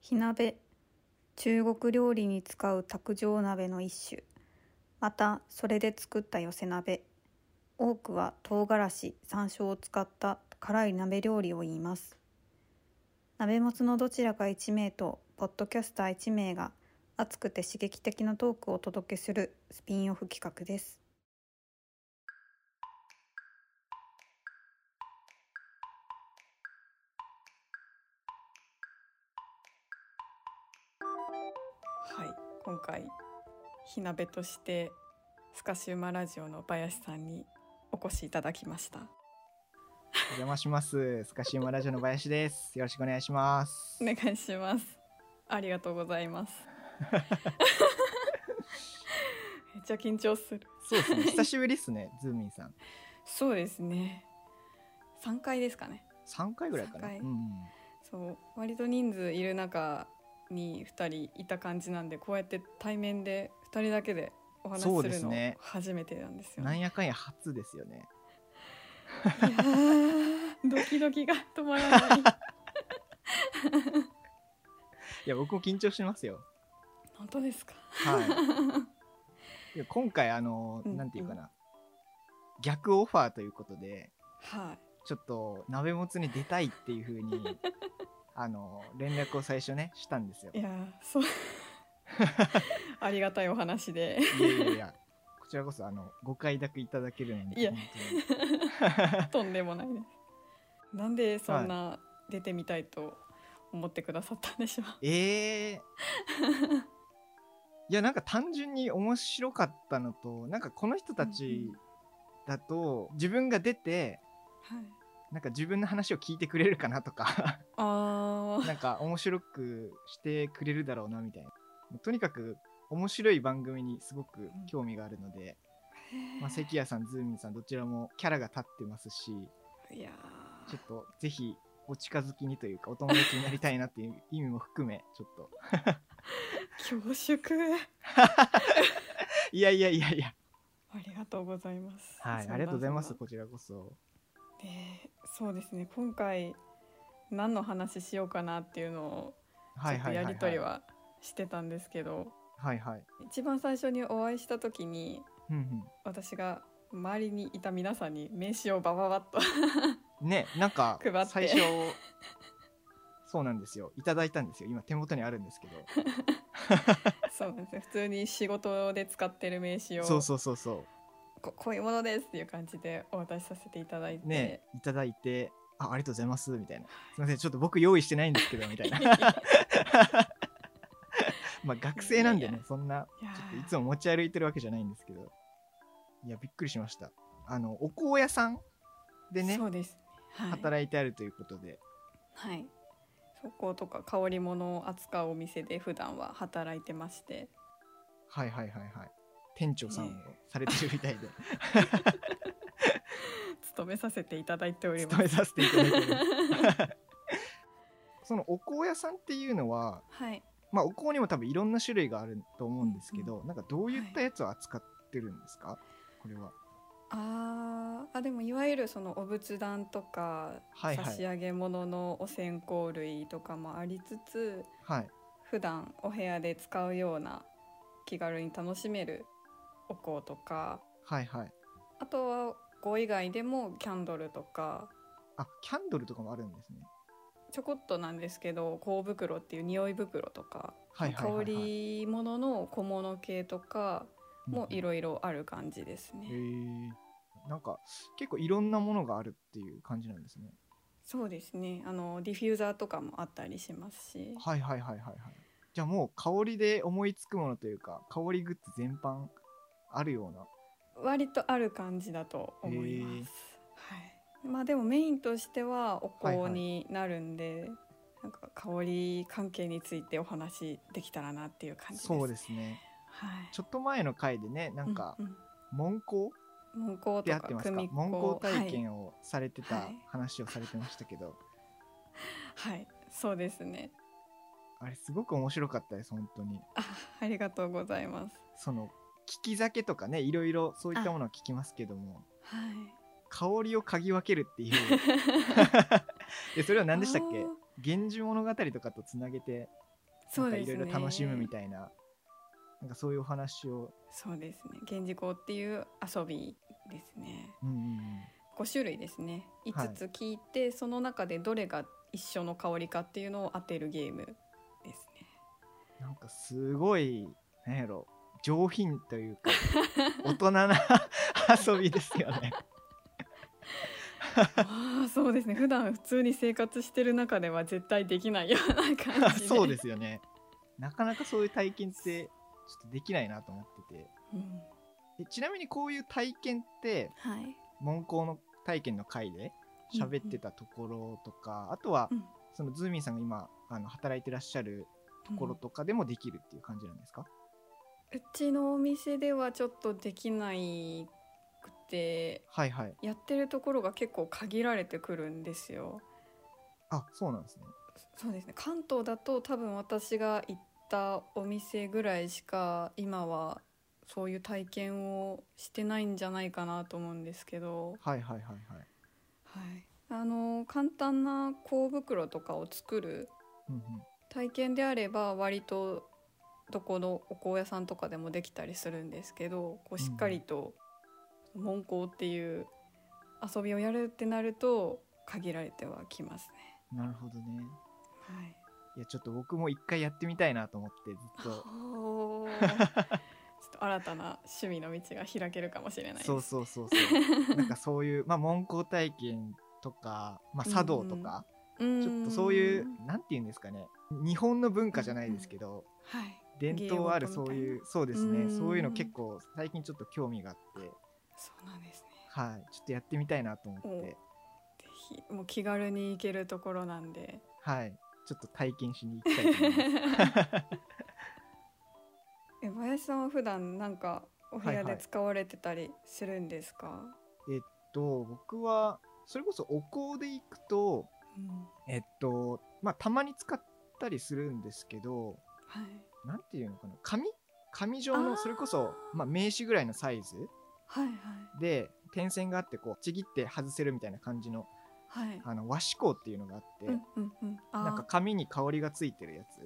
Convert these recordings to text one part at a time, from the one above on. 火鍋中国料理に使う卓上鍋の一種またそれで作った寄せ鍋多くは唐辛子山椒を使った辛い鍋料理を言います鍋もつのどちらか1名とポッドキャスター1名が熱くて刺激的なトークをお届けするスピンオフ企画ですはい今回火鍋としてスカシウマラジオの林さんにお越しいただきましたお邪魔します。スカシウマラジオの林です。よろしくお願いします。お願いしますありがとうございますめっちゃ緊張するそうです ね。久しぶりですね、ズーミンさん。そうですね3回ですかね3回ぐらいかな。三回うんうん、そう割と人数いる中に2人いた感じなんでこうやって対面で2人だけでお話しそすうでるすのね初めてなんですよなんねやかんや初ですよね。いやー ドキドキが止まら ないいや、僕も緊張しま すよ。本当ですかはい。いや今回、あの、うんなんていうかな。逆オファーということで、はいちょっと鍋もつに出たいっていうふ うに。あの連絡を最初ねしたんですよ。いいやーそう ありがたいお話 でやいやいや、こちらこそあのご快諾いただけるので、いや本当にとんでもないですなんでそんな出てみたいと思ってくださったんでしょう、ええいやなんか単純に面白かったのとなんかこの人たちだと自分が出てはい、なんか自分の話を聞いてくれるかなと かあーなんか面白くしてくれるだろうなみたいなもうとにかく面白い番組にすごく興味があるので、まあ、関谷さんズーミンさんどちらもキャラが立ってますしいやちょっとぜひお近づきにというかお友達になりたいなっていう意味も含めちょっとー恐縮いやいやいやいやありがとうございますはい、そんなありがとうございます。そんこちらこそ。なでそうですね今回何の話しようかなっていうのをちょっとやりとり。はしてたんですけど、はいはい。一番最初にお会いした時にうん私が周りにいた皆さんに名刺をバババッと うん。ね、なん か配って最初。そうなんですよ。いただいたんですよ。今手元にあるんですけど。そうなんですよ普通に仕事で使ってる名刺をそうそうそうそここういうものですっていう感じでお渡しさせていただいて、う。ね、いただいて、あ、ありがとうございますみたいな。すみません、ちょっと僕用意してないんですけどみたいな。 まあ学生なんでいやいね、そんな。いやーちょっといつも持ち歩いてるわけじゃないんですけど。いや、びっくりしました。あの、お香屋さん。でねそ、うです、はい、働いてあるということで。はいそことか香り物を扱うお店で普段は働いてましてはいはいはいはい店長さんをされてるみた いで勤めさせていただいております勤めさせていただいてます そのお香屋さんっていうのは、はいまあ、お香にも多分いろんな種類があると思うんですけど、なんかどういったやつを扱ってるんですか、これはあーあでもいわゆるそのお仏壇とか、はいは差いし上げ物のお線香類とかもありつつはい普段お部屋で使うような気軽に楽しめるお香とかはいはいあとは5以外でもキャンドルとかあキャンドルとかもあるんですねちょこっとなんですけど香袋っていう匂い袋とか、はいはいはいはい香り物の小物系とかもいいろいろある感じですね。へえなんか結構いろんなものがあるっていう感じなんですねそうですねあのディフューザーとかもあったりしますしはいはいはいはいはいじゃあもう香りで思いつくものというか香りグッズ全般あるような割とある感じだと思います。はい。まあでもメインとしてはお香になるんで、なんか香り関係についてお話できたらなっていう感じです。そうですねはい。ちょっと前の回でねなんか門香うんうん、文香で合とかってますか組子門香体験をされてはたい話をされてましたけど、はい、はいそうですね。あれすごく面白かったです本当にあ、ありがとうございます。その聞き酒とかねいろいろそういったものを聞きますけどもはい。 香りを嗅ぎ分けるっていうでそれは何でしたっあけー「源氏物語」とかとつなげてそうなんかでいすろいねろ楽しむみたいななんかそういうお話を、そうですね源氏校っていう遊びですねうんうんうん5種類ですねはい5つ聞いて、その中でどれが一緒の香りかっていうのを当てるゲームですねなんかすごいなんやろ上品という か大人な遊びですよね。ああそうですね 普段普通に生活してる中では絶対できないような感じ でそうですよね。なかなかそういう体験ってちょっとできないなと思っててうんえちなみにこういう体験ってはい、門校の体験の回で喋ってたところとか、あとはうんそのズーミンさんが今あの働いてらっしゃるところとかでもできるっていう感じなんですか、うんうちのお店ではちょっとできないくてはいはいやってるところが結構限られてくるんですよあそうなんですねそうですね関東だと多分私が行ったお店ぐらいしか今はそういう体験をしてないんじゃないかなと思うんですけど、はいはいはいはい、はい、あの簡単な香袋とかを作るうんうん、体験であれば割とどこのお香屋さんとかでもできたりするんですけどこうしっかりと門香っていう遊びをやるってなると限られてはきますね。なるほどねはいいやちょっと僕も一回やってみたいなと思ってずっ とおーちょっと新たな趣味の道が開けるかもしれないですそうそうそう そうなんかそういうまあ門校体験とか、まあ、茶道とか、うーんちょっとそういうなんて言うんですかね日本の文化じゃないですけど、はい伝統あるそう芸い事みうそうですうねんそういうの結構最近ちょっと興味があってそうなんですねはいちょっとやってみたいなと思ってぜひもう気軽に行けるところなんではいちょっと体験しに行きたいと思い ますえ林さんは普段なんかお部は屋いはでい使われてたりするんですか、と僕はそれこそお香で行くとうんえっとまあたまに使ったりするんですけどはいなんていうのかな紙紙状あーのそれこそ、まあ、名刺ぐらいのサイズはいで点線があってこうちぎって外せるみたいな感じのはいはいあの和紙香っていうのがあって、うんうんうんあなんか紙に香りがついてるやつ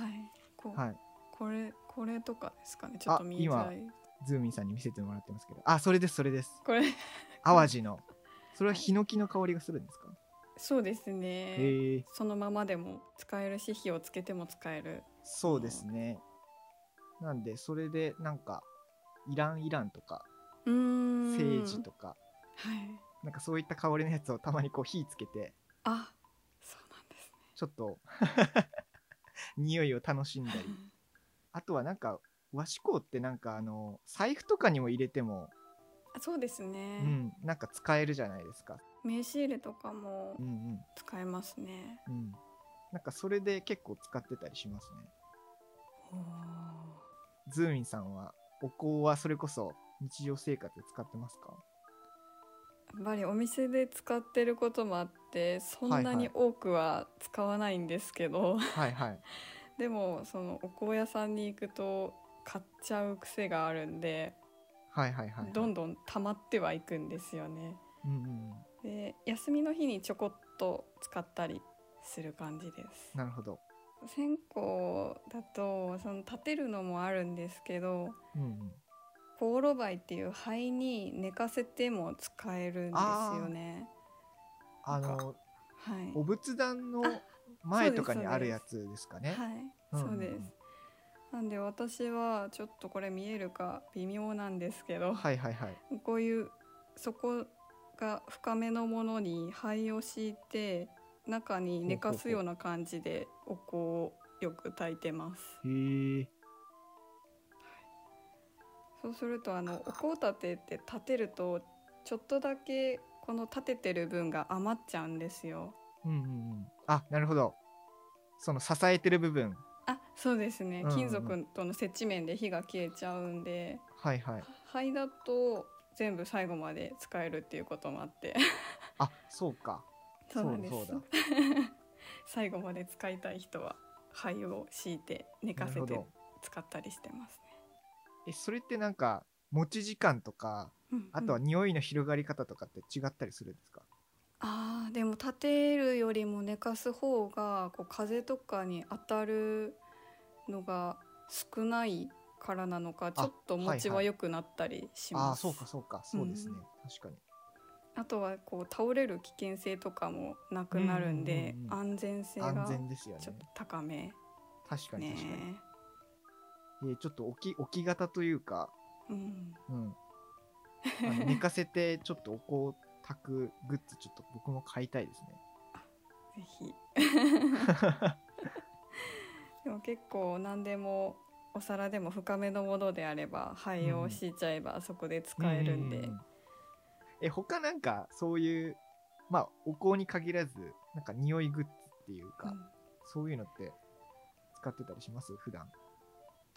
ーはいこう、はいこれこれとかですかねちょっと見えづらいズーミンさんに見せてもらってますけどあそれですそれですこれ淡路のそれはヒノキの香りがするんですか、そうですねへえそのままでも使えるし火をつけても使えるそうですねなんでそれでなんかイランイランとかうーんセージとかはいなんかそういった香りのやつをたまにこう火つけてあそうなんですねちょっと 匂いを楽しんだりあとはなんか和紙香ってなんかあの財布とかにも入れても、あそうですうね、ん、なんか使えるじゃないですか。名刺入れとかもうんうん使えますね、うん、なんかそれで結構使ってたりしますね。ズーミンさんはお香はそれこそ日常生活で使ってますかやっぱりお店で使ってることもあってそんなはいはにい多くは使わないんですけど、はいはい。でもそのお香屋さんに行くと買っちゃう癖があるんで、はいはいはい、はい。どんどん溜まってはいくんですよねうんうんうん。で休みの日にちょこっと使ったりする感じですなるほど。線香だとその立てるのもあるんですけどうんうん、香炉灰っていう灰に寝かせても使えるんですよねあなんのはいお仏壇のあ前そうですとかそにうですあるやつですかね。はういんうんうそんうですなんで私はちょっとこれ見えるか微妙なんですけどはいはいはい。こういうそこが深めのものに灰を敷いて中に寝かすような感じでお香をよく炊いてますへえ。そうするとあのお香立てって立てるとちょっとだけこの立ててる分が余っちゃうんですようんうんうん。あなるほど。その支えてる部分。あそうですねうんうん金属との接地面で火が消えちゃうんで、はいはい。灰だと全部最後まで使えるっていうこともあってあそうか。 そうなんですそうだそうだ 最後まで使いたい人は灰を敷いて寝なかるせほてど。使ったりしてますねえそれってなんか持ち時間とかうんうんあとは匂いの広がり方とかって違ったりするんですか、ああでも立てるよりも寝かす方がこう風とかに当たるのが少ないからなのかちょっと持ちははいはい良くなったりしああまーす。そうかそうかそうですね、うん確かにあとはこう倒れる危険性とかもなくなるんで、うんうんうん安全性安がち全ですよねょっと高め確かねに確かに、でちょっと起き起き型というか、うん、 うん、あの寝かせてちょっとお香を炊くグッズちょっと僕も買いたいですねぜ ひでも結構何でもお皿でも深めのものであれば灰を敷いちゃえばそこで使えるんで、うううえ他なんかそういうまあお香に限らずなんか匂いグッズっていうか、うんそういうのって使ってたりします普段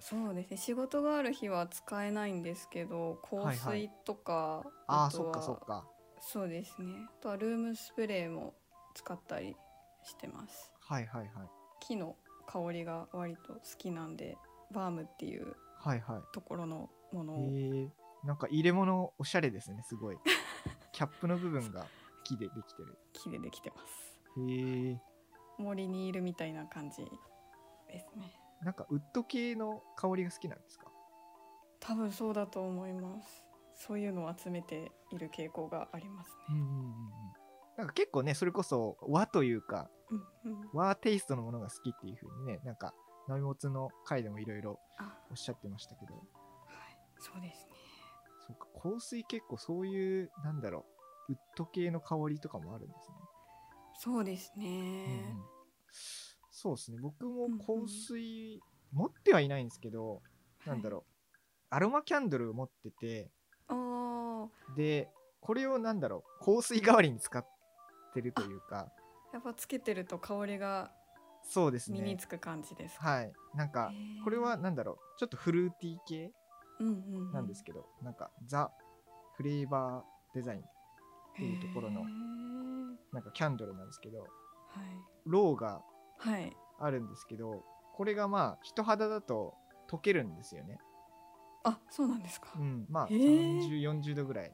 そうですね仕事がある日は使えないんですけど香はいは水いとか、ああとそっはかそっかそうですねあとはルームスプレーも使ったりしてますはいはいはい木の香りが割と好きなんでバームっていうはいはいところのものえを、ー、なんか入れ物おしゃれですねす ごいキャップの部分が木でできてる木でできてますへえー、森にいるみたいな感じですねなんかウッド系の香りが好きなんですか多分そうだと思いますそういうのを集めている傾向がありますうんうんうんうんなんか結構ねそれこそ和というかね、うんうん、和テイストのものが好きっていう風にねなんか波もつの回でもいろいろあおっしゃってましたけどはいそうですねそうか香水結構そういうなんだろうウッド系の香りとかもあるんですね、そうですね、うんうんそうですね僕もうんうん香水持ってはいないんですけど、なんだろうアロマキャンドルを持っててあーでこれをなんだろう香水代わりに使ってるというかやっぱつけてると香りがそうです身にねつく感じですか、はいなんかへーこれはなんだろうちょっとフルーティー系うんうんうん、なんですけど、なんかザ・フレーバーデザインっていうところのへーなんかキャンドルなんですけどはローがいはいあるんですけどこれがまあ人肌だと溶けるんですよね、あそうなんですか、うん、まあへー3040度ぐらい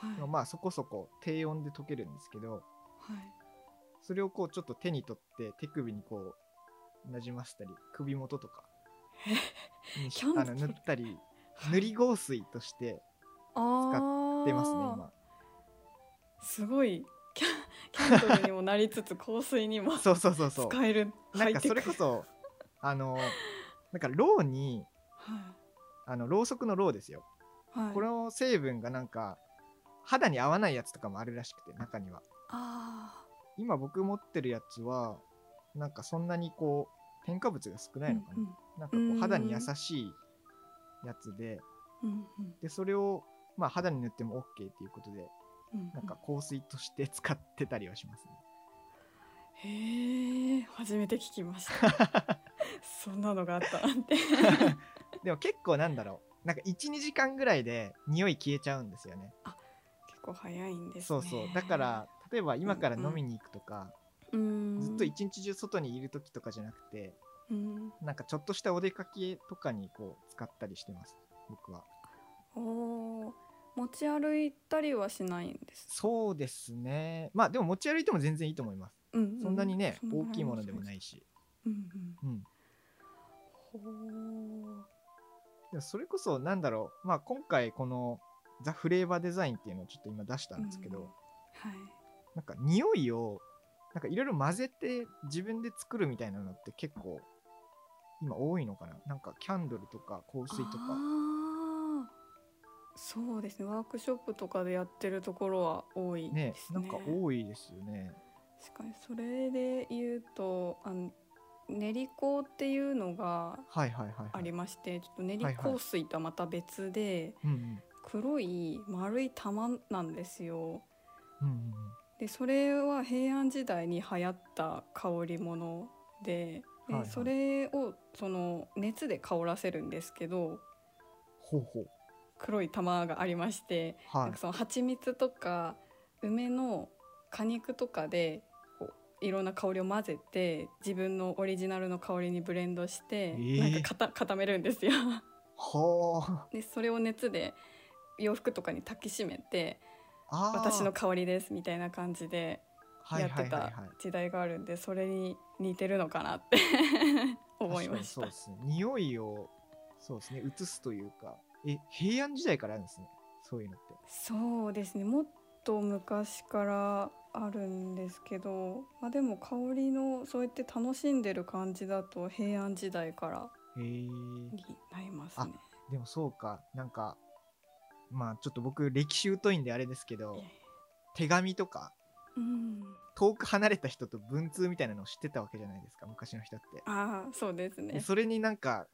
はい、のまあそこそこ低温で溶けるんですけどはいそれをこうちょっと手に取って手首にこうなじませたり首元とかにしキャンドあルの塗ったりはい塗り香水として使出ますね今すごいキャキャンドルにもなりつつ香水にもそうそうそうそう使えるなんかそれこそあのなんかローにはあのろうそくのろうですよ、い、はい、この成分がなんか肌に合わないやつとかもあるらしくて中にはあ今僕持ってるやつはなんかそんなにこう添加物が少ーないのかな、うんなんかこう肌に優しいやつでうんうんうんでそれをまあ肌に塗っても OK っていうことでうんなんか香水として使ってたりはしますね、へえ初めて聞きました そんなのがあったなんてでも結構なんだろうなんか12時間ぐらいで匂い消えちゃうんですよね結構早いんですねそうそうだから例えば今から飲みに行くとか、うーんずっと一日中外にいる時とかじゃなくてうんなんかちょっとしたお出かけとかにこう使ったりしてます僕はおー持ち歩いたりはしないんですそうですねまあでも持ち歩いても全然いいと思いますうんうそんなにね、そんな大きいものでもい。ないし、うんうんうん、ほーでもそれこそなんだろう、まあ、今回この「ザ・フレーバーデザイン」っていうのをちょっと今出したんですけど、うんはい。なんか匂いをなんかいろいろ混ぜて自分で作るみたいなのって結構今多いのかななんかキャンドルとか香水とかああ。そうですね。ワークショップとかでやってるところは多いねですね。なんか多いですよね確かにそれで言うと、あの練り香っていうのがはいはいはい、あはいりまして、ちょっと練りはいはい香水とはまた別で、うんうん黒い丸い玉なんですよ。うんうんでそれは平安時代に流行った香り物でではいはいそれをその熱で香らせるんですけどほうほう黒い玉がありまして、はなんいかその蜂蜜とか梅の果肉とかでこういろんな香りを混ぜて自分のオリジナルの香りにブレンドして、ーなんか固固めるんですよ。 ほうでそれを熱で洋服とかに焚きしめてあー私の香りですみたいな感じではいやはっていはいはたい時代があるんでそれに似てるのかなって 思いまし確かにそうたですね匂いをそうですね移すというかえ平安時代からあるんですねそういうのってそうですねもっと昔からあるんですけど、まあ、でも香りのそうやって楽しんでる感じだと平安時代からへえになりますね。でもそうかなんかまあちょっと僕歴史疎いんであれですけいどやいや手紙とかうん、遠く離れた人と文通みたいなのを知ってたわけじゃないですか昔の人ってああそうですでね。それになんか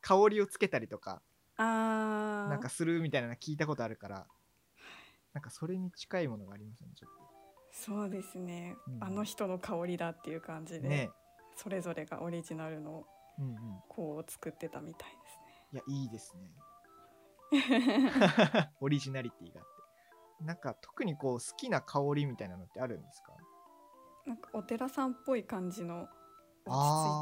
香りをつけたりとかああなんかするみたいなの聞いたことあるからなんかそれに近いものがありますねちょっそうですね、うんあの人の香りだっていう感じとで、ねそれぞれがオリジナルのえうんうん香を作ってたみたいですね。いやいいです ねオリジナリティがあってなんか特にこう好きな香りみたいなのってあるんですかなんかお寺さんっぽい感じの落ち着い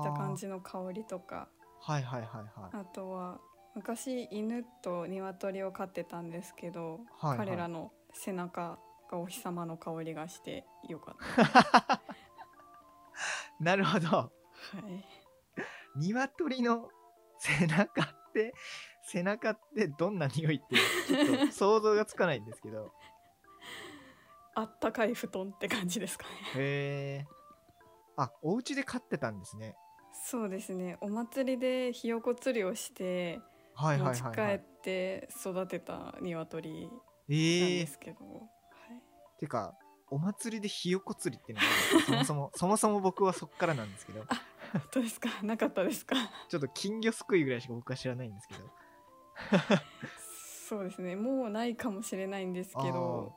た感じの香りとかはいはいはいはいあとは昔犬と鶏を飼ってたんですけど、はいはい彼らの背中がお日様の香りがしてよかった。なるほどはい、鶏の背中って背中ってどんな匂いってちょっと想像がつかないんですけどあったかい布団って感じですかね。へえあお家で飼ってたんですねそうですねお祭りでひよこ釣りをしてはい持はいちはい、帰っはい、て育てた鶏なんええですけど、はい、てかお祭りでひよこ釣りってのが あるんですよそもそもそもそも僕はそっからなんですけど本当ですか なかったですかちょっと金魚すくいぐらいしか僕は知らないんですけどそうですねもうないかもしれないんですけど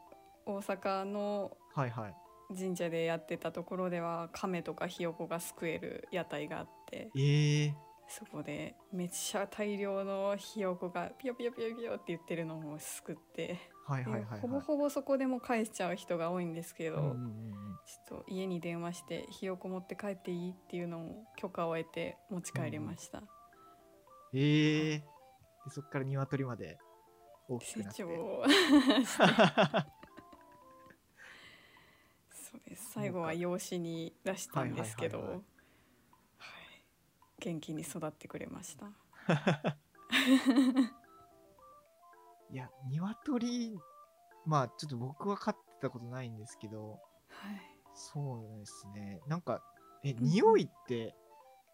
大阪のはいはい神社でやってたところでは亀とかひよこがすくえる屋台があってええそこでめっちゃ大量のひよこがピヨピヨピヨピヨって言ってるのをすくって、はいではいはいはいほぼほぼそこでもう返しちゃう人が多いんですけど、うんうんうんちょっと家に電話してひよこ持って帰っていいっていうのを許可を得て持ち帰りました、ええでそっから鶏まで大きく成なって長そうです最後は養子に出したんですけど、ははいいはいはいはい元気に育ってくれましたいや、鶏、まあちょっと僕は飼ってたことないんですけど、はいそうですね。なんか、え、ん匂いって、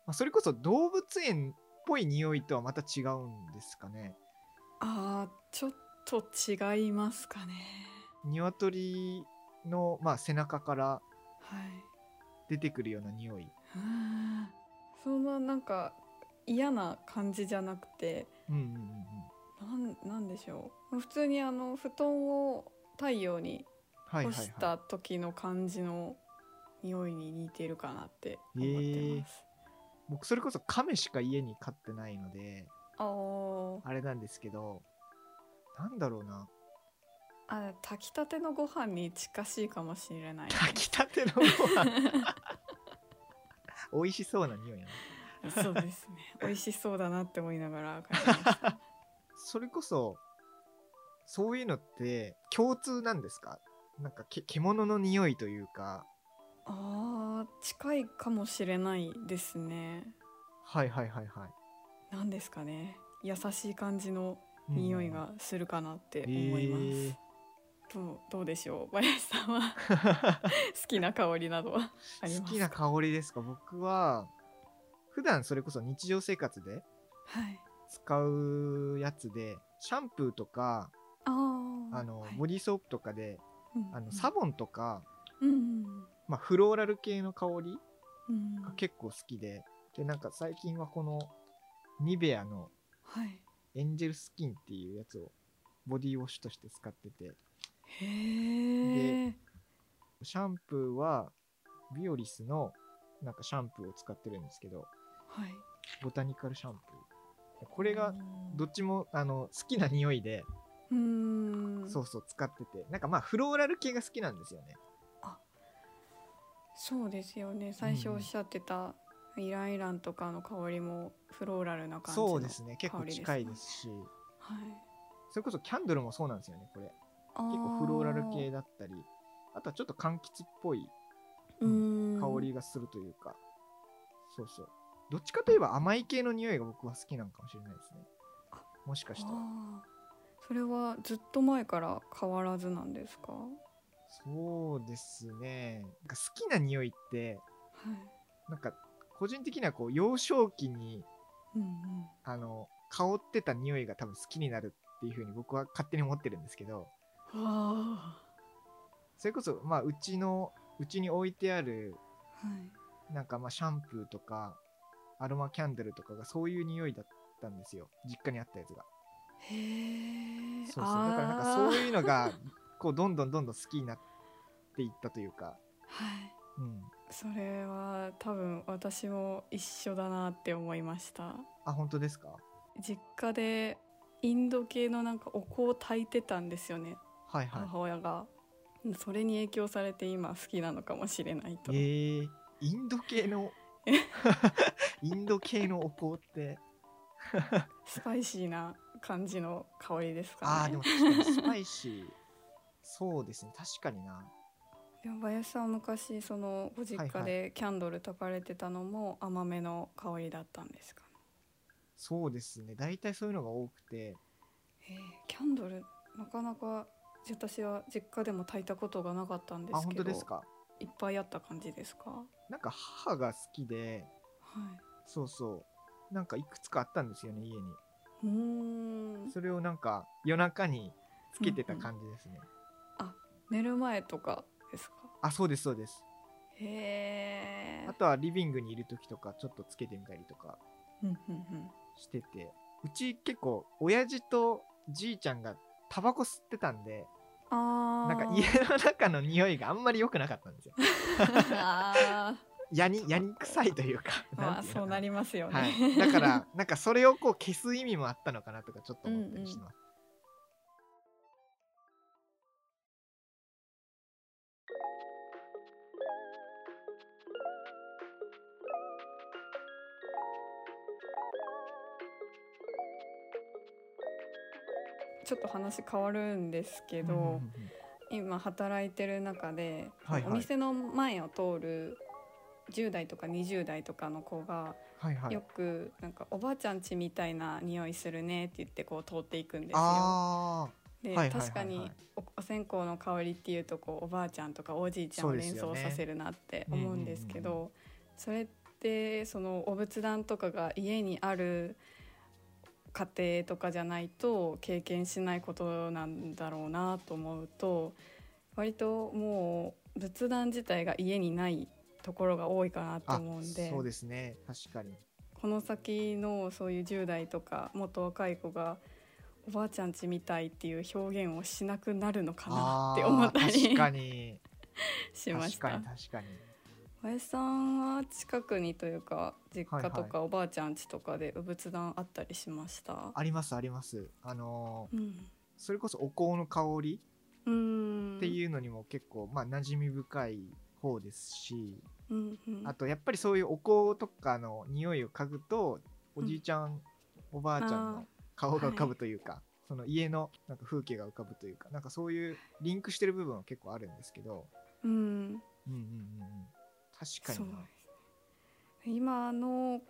まあ、それこそ動物園っぽい匂いとはまた違うんですかね。あーちょっと違いますかね鶏の、まあ、背中からはい出てくるような匂い。うーんそんななんか嫌な感じじゃなくてうんうんうんうん。なんなんでしょう普通にあの布団を太陽にはいは干い、はいし。た時の感じの匂いに似てるかなって思ってます。僕、それこそ亀しか家に飼ってないので、あーあれなんですけど、なんだろうな。あ炊きたてのご飯に近しいかもしれない炊きたての ご飯。美味しそうな匂いな。そうですね美味しそうだなって思いながら帰りま したそれこそ、そういうのって共通なんですかなんかけ獣の匂いというか、あー近いかもしれないですねはいはいはいはい。何ですかね優しい感じのうん匂いがするかなって思います、へーどうどうでしょう林さんは 好きな香りなどはあり好ますきな香りですか僕は、普段それこそ日常生活ではい使うやつで、シャンプーとか、あーあの、はいボディーソープとかで、うんあうの、んサボンとか、うんうんまあ、フローラル系の香りうんが結構好きで、で、なんか最近はこの、ニベアのはいエンジェルスキンっていうやつをボディウォッシュとして使っててへえシャンプーはビオリスのなんかシャンプーを使ってるんですけどはいボタニカルシャンプーこれがどっちもあの好きな匂いでうーんそうそう使っててなんかまあフローラル系が好きなんですよねそうですよね最初おっしゃってたイランイランとかの香りもフローラルな感じのそうですね結構香りですね近いですしはいそれこそキャンドルもそうなんですよねこれあー結構フローラル系だったりあとはちょっと柑橘っぽいうん香りがするというか、そうそうどっちかといえば甘い系の匂いが僕は好きなのかもしれないですねあもしかしたらあーそれはずっと前から変わらずなんですか、はそうですねなんか好きな匂いってなんか個人的にはこう幼少期にいうんあの香ってた匂いが多分好きになるっていう風に僕は勝手に思ってるんですけどうん、はそれこそまあうちのうちに置いてあるあ、はい、なんかまあシャンプーとかアロマキャンドルとかがそういう匂いだったんですよ実家にあったやつがへえそうそうだからなんかそういうのがこうどんどんどんどん好きになっていったというか、はいうん、それは多分私も一緒だなって思いましたあ本当ですか実家でインド系のなんかお香を炊いてたんですよねはいは母親が、それに影響されて今好きなのかもしれないと、いえー、インド系の インド系のお香ってスパイシーな感じの香りですかあーでねも確かにスパイシー そうですね確かになでも林さんは昔そのご実は家いでキャンドル炊かれてたのも甘めの香りだったんですか、そうですね大体そういうのが多くてねえーキャンドルなかなか私は実家でも炊いたことがなかったんですけあど本当ですかいっぱいあった感じですか。はなんか母が好きでそうそうなんかいくつかあったんですよね家にい。うーん。それをなんか夜中につけてた感じですね、寝る前とかですか。あそうですそうですへえあ。とはリビングにいる時とかちょっとつけてみたりとかうんうんうん。しててうち結構親父とじいちゃんがタバコ吸ってたんであなあ。んか家の中の匂いがあんまり良くなかったんですよ あヤニヤニ臭いというかーまあんていのかそうなりますよね。はい、だからなんかそれをこう消す意味もあったのかなとかちょっと思ったりしてます、ちょっと話変わるんですけど、うんうんうん今働いてる中で、はいはいお店の前を通る10代とか20代とかの子がはいはいよくなんかおばあちゃん家みたいな匂いするねって言ってこう通っていくんですよ。ああで、はいはいはいはい確かにおお線香の香りっていうとこうおばあちゃんとかおじいちゃんをそうで連すよ想ねさせるなって思うんですけどそれってそのお仏壇とかが家にある家庭とかじゃないと経験しないことなんだろうなと思うと割ともう仏壇自体が家にないところが多いかなとあ思うんでそうですね確かにこの先のそういう10代とかもっと若い子がおばあちゃんちみたいっていう表現をしなくなるのかなって思ったあー確り かにしまし確たかに確かに林さんは近くにというか実家とはいかおばあちゃんちとかでお仏壇あったりしました、ありますありますあのーうんそれこそお香の香りうーんってう、いうのにも結構、まあ馴染み深い方ですしんうん、あとやっぱりそういうお香とかの匂いを嗅ぐとおじいちゃん、おばあちゃんあーの顔が浮かぶというか、その家のなんか風景が浮かぶというかなんかそういうリンクしてる部分は結構あるんですけど、うんうんうんうんうん、確かそうになですね今の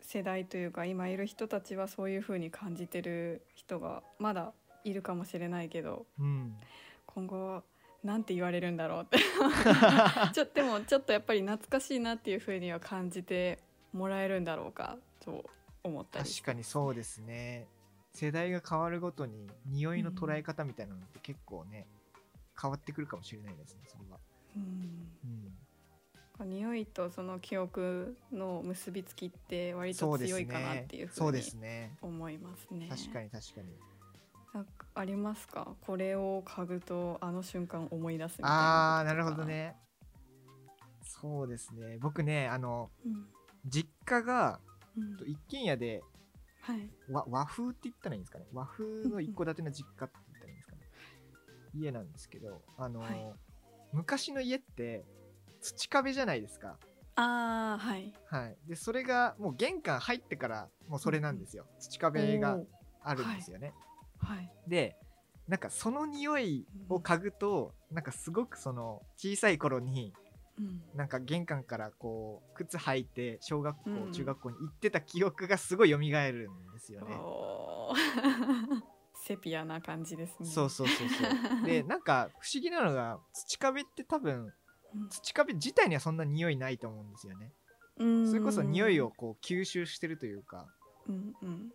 世代というか今いる人たちはそういう風に感じてる人がまだいるかもしれないけどうん、今後なんて言われるんだろうって ちょでもちょっとやっぱり懐かしいなっていう風には感じてもらえるんだろうかと思ったり確かにそうですね世代が変わるごとに匂いの捉え方みたいなのって結構ね、変わってくるかもしれないですねそれは、うんうん、匂いとその記憶の結びつきって割そとうです強いねかなっていうそ風うでにすね思いますね。確かに確かになんかありますかこれを嗅ぐとあの瞬間思い出すみたいあなあーなることほとかど、ねそうですね僕ねあのうん実家がうん一軒家ではい和和風って言ったらいいんですかね和風の一戸建ての実家って言ったらいいんです かね家なんですけどあのー、はい昔の家って土壁じゃないですかああはいはいでそれがもう玄関入ってからもうそれなんですよ土壁がおーあるんですよね、はいでなんかその匂いを嗅ぐとなんかすごくその小さい頃にうんなんか玄関からこう靴履いて小学校、うん中学校に行ってた記憶がすごい蘇るんですよね。おー セピアな感じですね。そうそうそ うそう。でなんか不思議なのが土壁って多分うん土壁自体にはそんな匂いないと思うんですよね。うんそれこそ匂いを。こう吸収してるというかうんうん。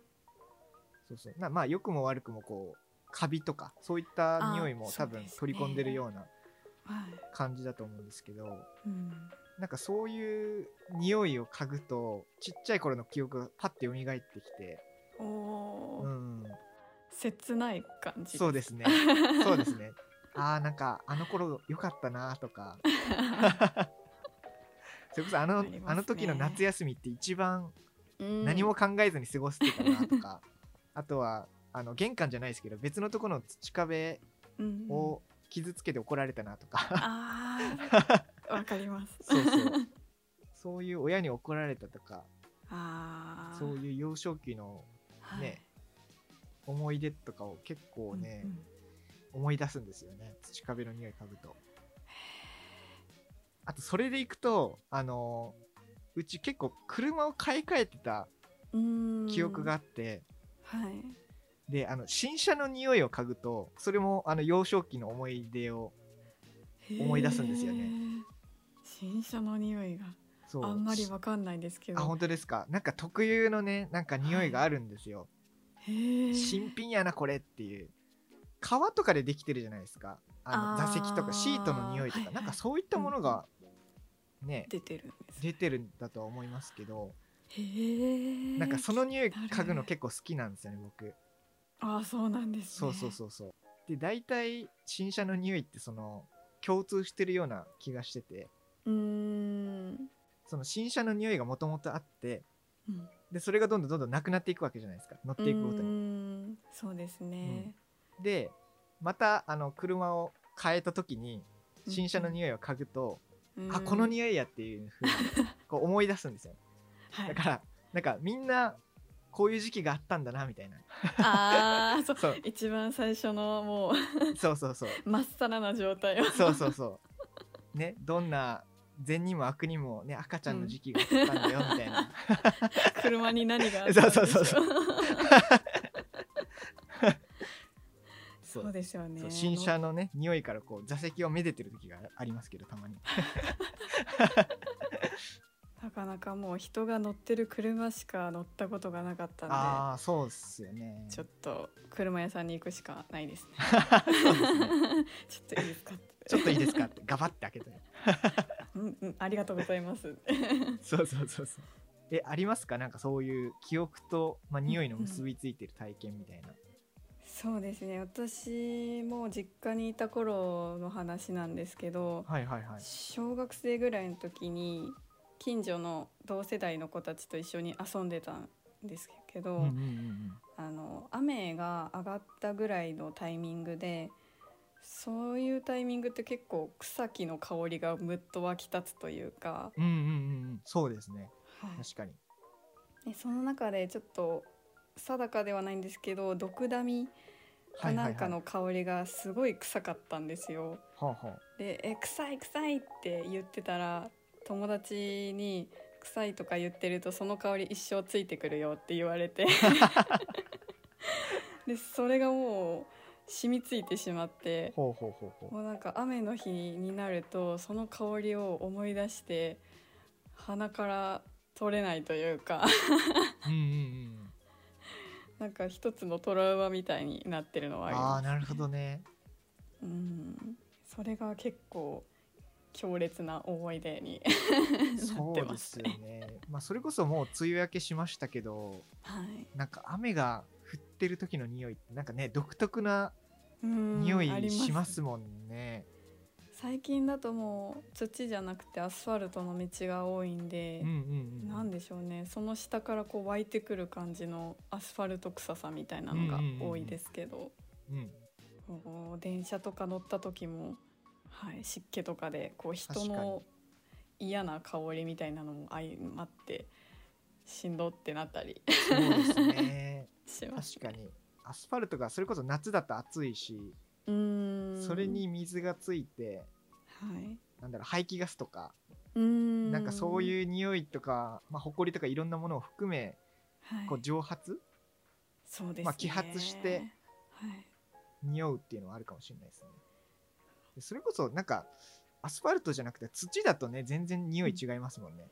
そうそうなまあ良くも悪くもこうカビとかそういった匂いもあ多そう分ですね取り込んでるようなはい。感じだと思うんですけど、うん。なんかそういう匂いを嗅ぐとちっちゃい頃の記憶がパッて蘇ってきて、おお、うん、切ない感じ。そうですねそうですねああなんかあの頃良かったなと かそれこそあのありますねあの時の夏休みって一番うん何も考えずに過ごしてたなとか、あとはあの玄関じゃないですけど別のところの土壁うんを傷つけて怒られたな とかああ、わかります。 そうそうそういう親に怒られたとかああ、そういう幼少期のはいね思い出とかを結構ね、うんうん思い出すんですよね土壁の匂い嗅ぐとあとそれでいくとあのうち結構車を買い替えてたうん記憶があって、はいであの新車の匂いを嗅ぐとそれもあの幼少期の思い出を思い出すんですよねへー新車の匂いがそうあんまりしわかんないですけあど本当ですかなんか特有のねなんか匂いがあるんですよ、へー新品やなこれっていう革とかでできてるじゃないですかあのあー座席とかシートの匂いとはいかはいなんかそういったものがね出てるんです出てるんだとは思いますけどへーなんかその匂い気になる嗅ぐの結構好きなんですよね僕ああそうなんですねそうそうそうそうで大体新車の匂いってその共通してるような気がしててうーんその新車の匂いがもともとあってうんでそれがどんどんどんどんなくなっていくわけじゃないですか乗っていくごとうーにんそうですね、でまたあの車を変えた時に新車の匂いを嗅ぐと、うんあこの匂いやっていうふうにこう思い出すんですよ はいだからなんかみんなこういう時期があったんだなみたいなああそう そう一番最初のもそうそうそううまっさらな状態を そうそうそうねどんな善にも悪にもね赤ちゃんの時期があったんだよみたいな、車に何があったんでしょ そうそうそうそ うそうですよねそう新車のね匂いからこう座席をめでてる時がありますけどたまになかなかもう人が乗ってる車しか乗ったことがなかったんでああそうっすよねちょっと車屋さんに行くしかないですね。そうですね ちょっといいですかって。ちょっといいですかってガバって開けてうんうんありがとうござい ます。そうそうそうそう えありますかなんかそういう記憶と、まあ、匂いの結びついてる体験みたいな、そうですね。私も実家にいた頃の話なんですけど、はいはいはい小学生ぐらいの時に近所の同世代の子たちと一緒に遊んでたんですけど、うんうんうんうんあの雨が上がったぐらいのタイミングでそういうタイミングって結構草木の香りがむっと湧き立つというか、うんうんうんうんそうですねはい確かにでその中でちょっと定かではないんですけど毒ダミはかいはいなはいんかの香りがすごい臭かったんですよ。ほうほうで「え臭い臭い」って言ってたら友達に「臭い」とか言ってるとその香り一生ついてくるよって言わ れてでそれがもう染みついてしまってほうほうほうほうもうなんか雨の日になるとその香りを思い出して鼻から取れないというか。 うんうんうんなんか一つのトラウマみたいになってるのはありあまあすなるほどねうん、それが結構強烈な思い出に そなってうでますすよねまあそれこそもう梅雨明けしましたけどはいなんか雨が降ってる時の匂いってなんかね独特なうん匂ありいしますもんね、最近だともう土じゃなくてアスファルトの道が多いんでうん、うんうんなんでしょうねその下からこう湧いてくる感じのアスファルト臭さみたいなのが多いですけど、うんもう電車とか乗った時も、はい、湿気とかでこう人確かにの嫌な香りみたいなのも相まってしんどってなったりそうですね します。確かにアスファルトがそれこそ夏だと暑いしうーんそれに水がついてはいなんだろう排気ガスとかうんなんかそういう匂いとか、まあ、埃とかいろんなものを含めはいこう蒸発そうですねまあ揮発してはい匂うっていうのはあるかもしれないですねでそれこそなんかアスファルトじゃなくて土だとね全然匂い違いますもんね、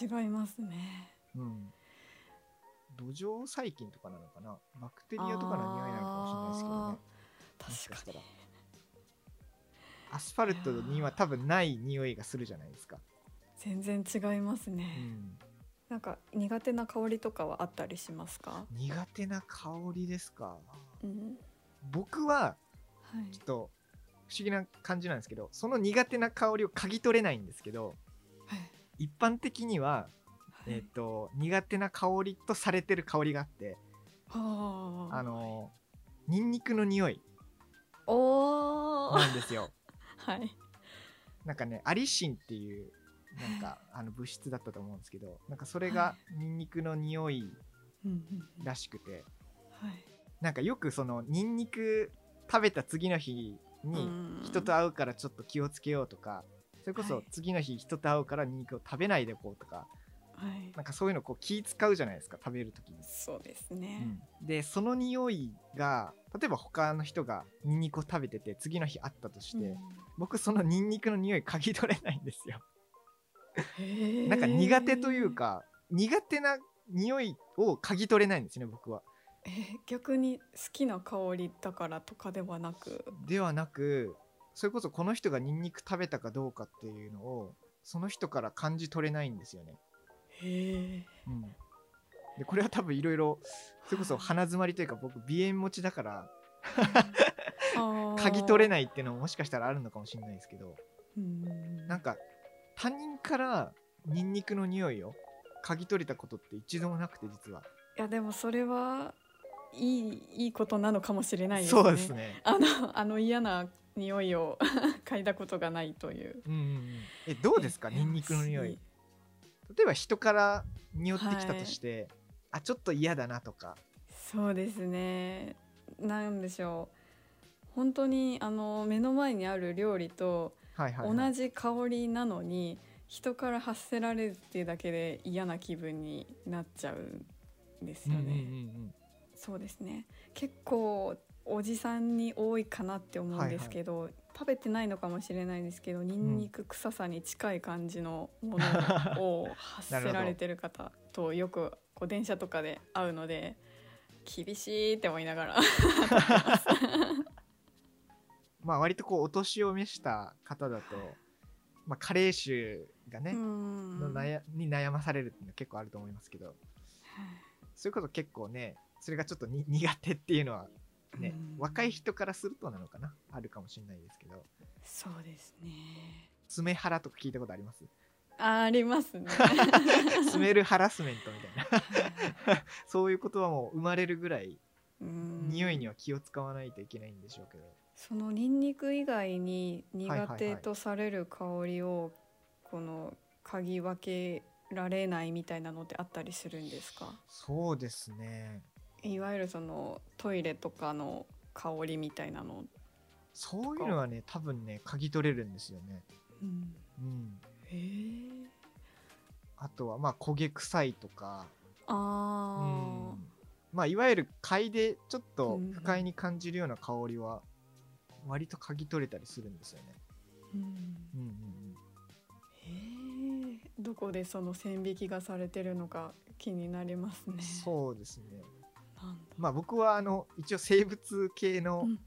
いや違いますねうん、土壌細菌とかなのかなバクテリアとかの匂いなのかもしれないですけどねもしか確しかたにらアスファルトには多分ない匂いがするじゃないですか、全然違いますね、うん、なんか苦手な香りとかはあったりしますか苦手な香りですかうん僕ははいちょっと不思議な感じなんですけどその苦手な香りを嗅ぎ取れないんですけどはい一般的には、はいえっと苦手な香りとされてる香りがあってはああのニンニクの匂いおーなんで すよはいなんかねアリシンっていうなんかあの物質だったと思うんですけどなんかそれがはニンニクの匂いうんうんうんらしくてはいなんかよくそのニンニク食べた次の日にうん人と会うからちょっと気をつけようとかそれこはそい次の日人と会うからニンニクを食べないでおこうとかはいなんかそういうのこう気使うじゃないですか食べる時に。そうですね、でその匂いが例えば他の人がニンニクを食べてて次の日会ったとして、うん僕そのニンニクの匂い嗅ぎ取れないんですよ。へーなんか苦手というか苦手な匂いを嗅ぎ取れないんですね僕は。えー逆に好きな香りだからとかではなくではなくそれこそこの人がニンニク食べたかどうかっていうのをその人から感じ取れないんですよね。 へうん、でこれは多分いろいろそれこそ鼻づまりというか僕鼻炎持ちだから嗅嗅ぎ取れないないっていうのももしかしたらあるのかもしれないですけどなんか他人からニンニクの匂いを嗅ぎ取れたことって一度もなくて実は、いやでもそれはいいいいことなのかもしれないですねそうですねあのあ の嫌な匂いを 嗅いだことがないといううんうんうんえどうですかニンニクの匂い例えば人から匂ってきたとして、あちょっと嫌だなとかそうですねなんでしょう本当にあの目の前にある料理とはいはい、はい、同じ香りなのに人から発せられるっていうだけで嫌な気分になっちゃうんですよね、うんうんそうですね結構おじさんに多いかなって思うんですけど、食べてないのかもしれないですけどニンニク臭さに近い感じのものを発せられてる方とよくこう電車とかで会うので厳しいって思いながらまあ割とこうお年を召した方だと、まあ、加齢臭がね、うんの悩に悩まされるっていうのは結構あると思いますけどそういうこと結構ねそれがちょっとに 苦手っていうのはね、うん若い人からするとなのかなあるかもしれないですけどそうですね爪腹とか聞いたことありますあありますねスメルハラスメントみたいな そういうことはもう生まれるぐらいうん匂いには気を使わないといけないんでしょうけど、そのニンニク以外にはいはい苦手とされる香りをこの嗅ぎ分けられないみたいなのってあったりするんですかそうですねいわゆるそのトイレとかの香りみたいなの、そういうのはね多分ね嗅ぎ取れるんですよねうん、うんへえあとはまあ焦げ臭いとかうあんまあいわゆる嗅いでちょっとうん不快に感じるような香りは割と嗅ぎ取れたりするんですよね。ー、うんうんうんうん、へえどこでその線引きがされてるのか気になりますねそうですね。うなんだまあ僕はあの一応生物系のうんうん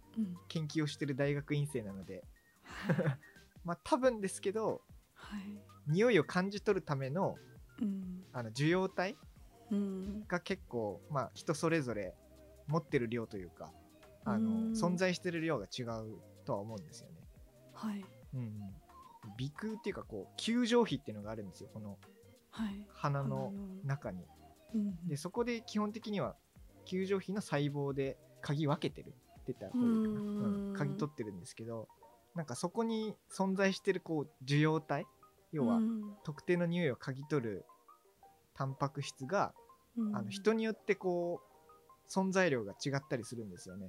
研究をしてる大学院生なので、はい まあ多分ですけどはい匂いを感じ取るためのうんあの受容体うんが結構まあ人それぞれ持ってる量というかあうのん存在してる量が違うとは思うんですよね。はいうんうん、鼻腔っていうかこう球状皮っていうのがあるんですよこのはい鼻の鼻の中にうんでそこで基本的には球状皮の細胞で鍵分けてるって言ったらこういうかなうんうん鍵取ってるんですけどなんかそこに存在してるこう受容体要はうん特定の匂いを嗅ぎ取るタンパク質が、うんあの人によってこう存在量が違ったりするんですよね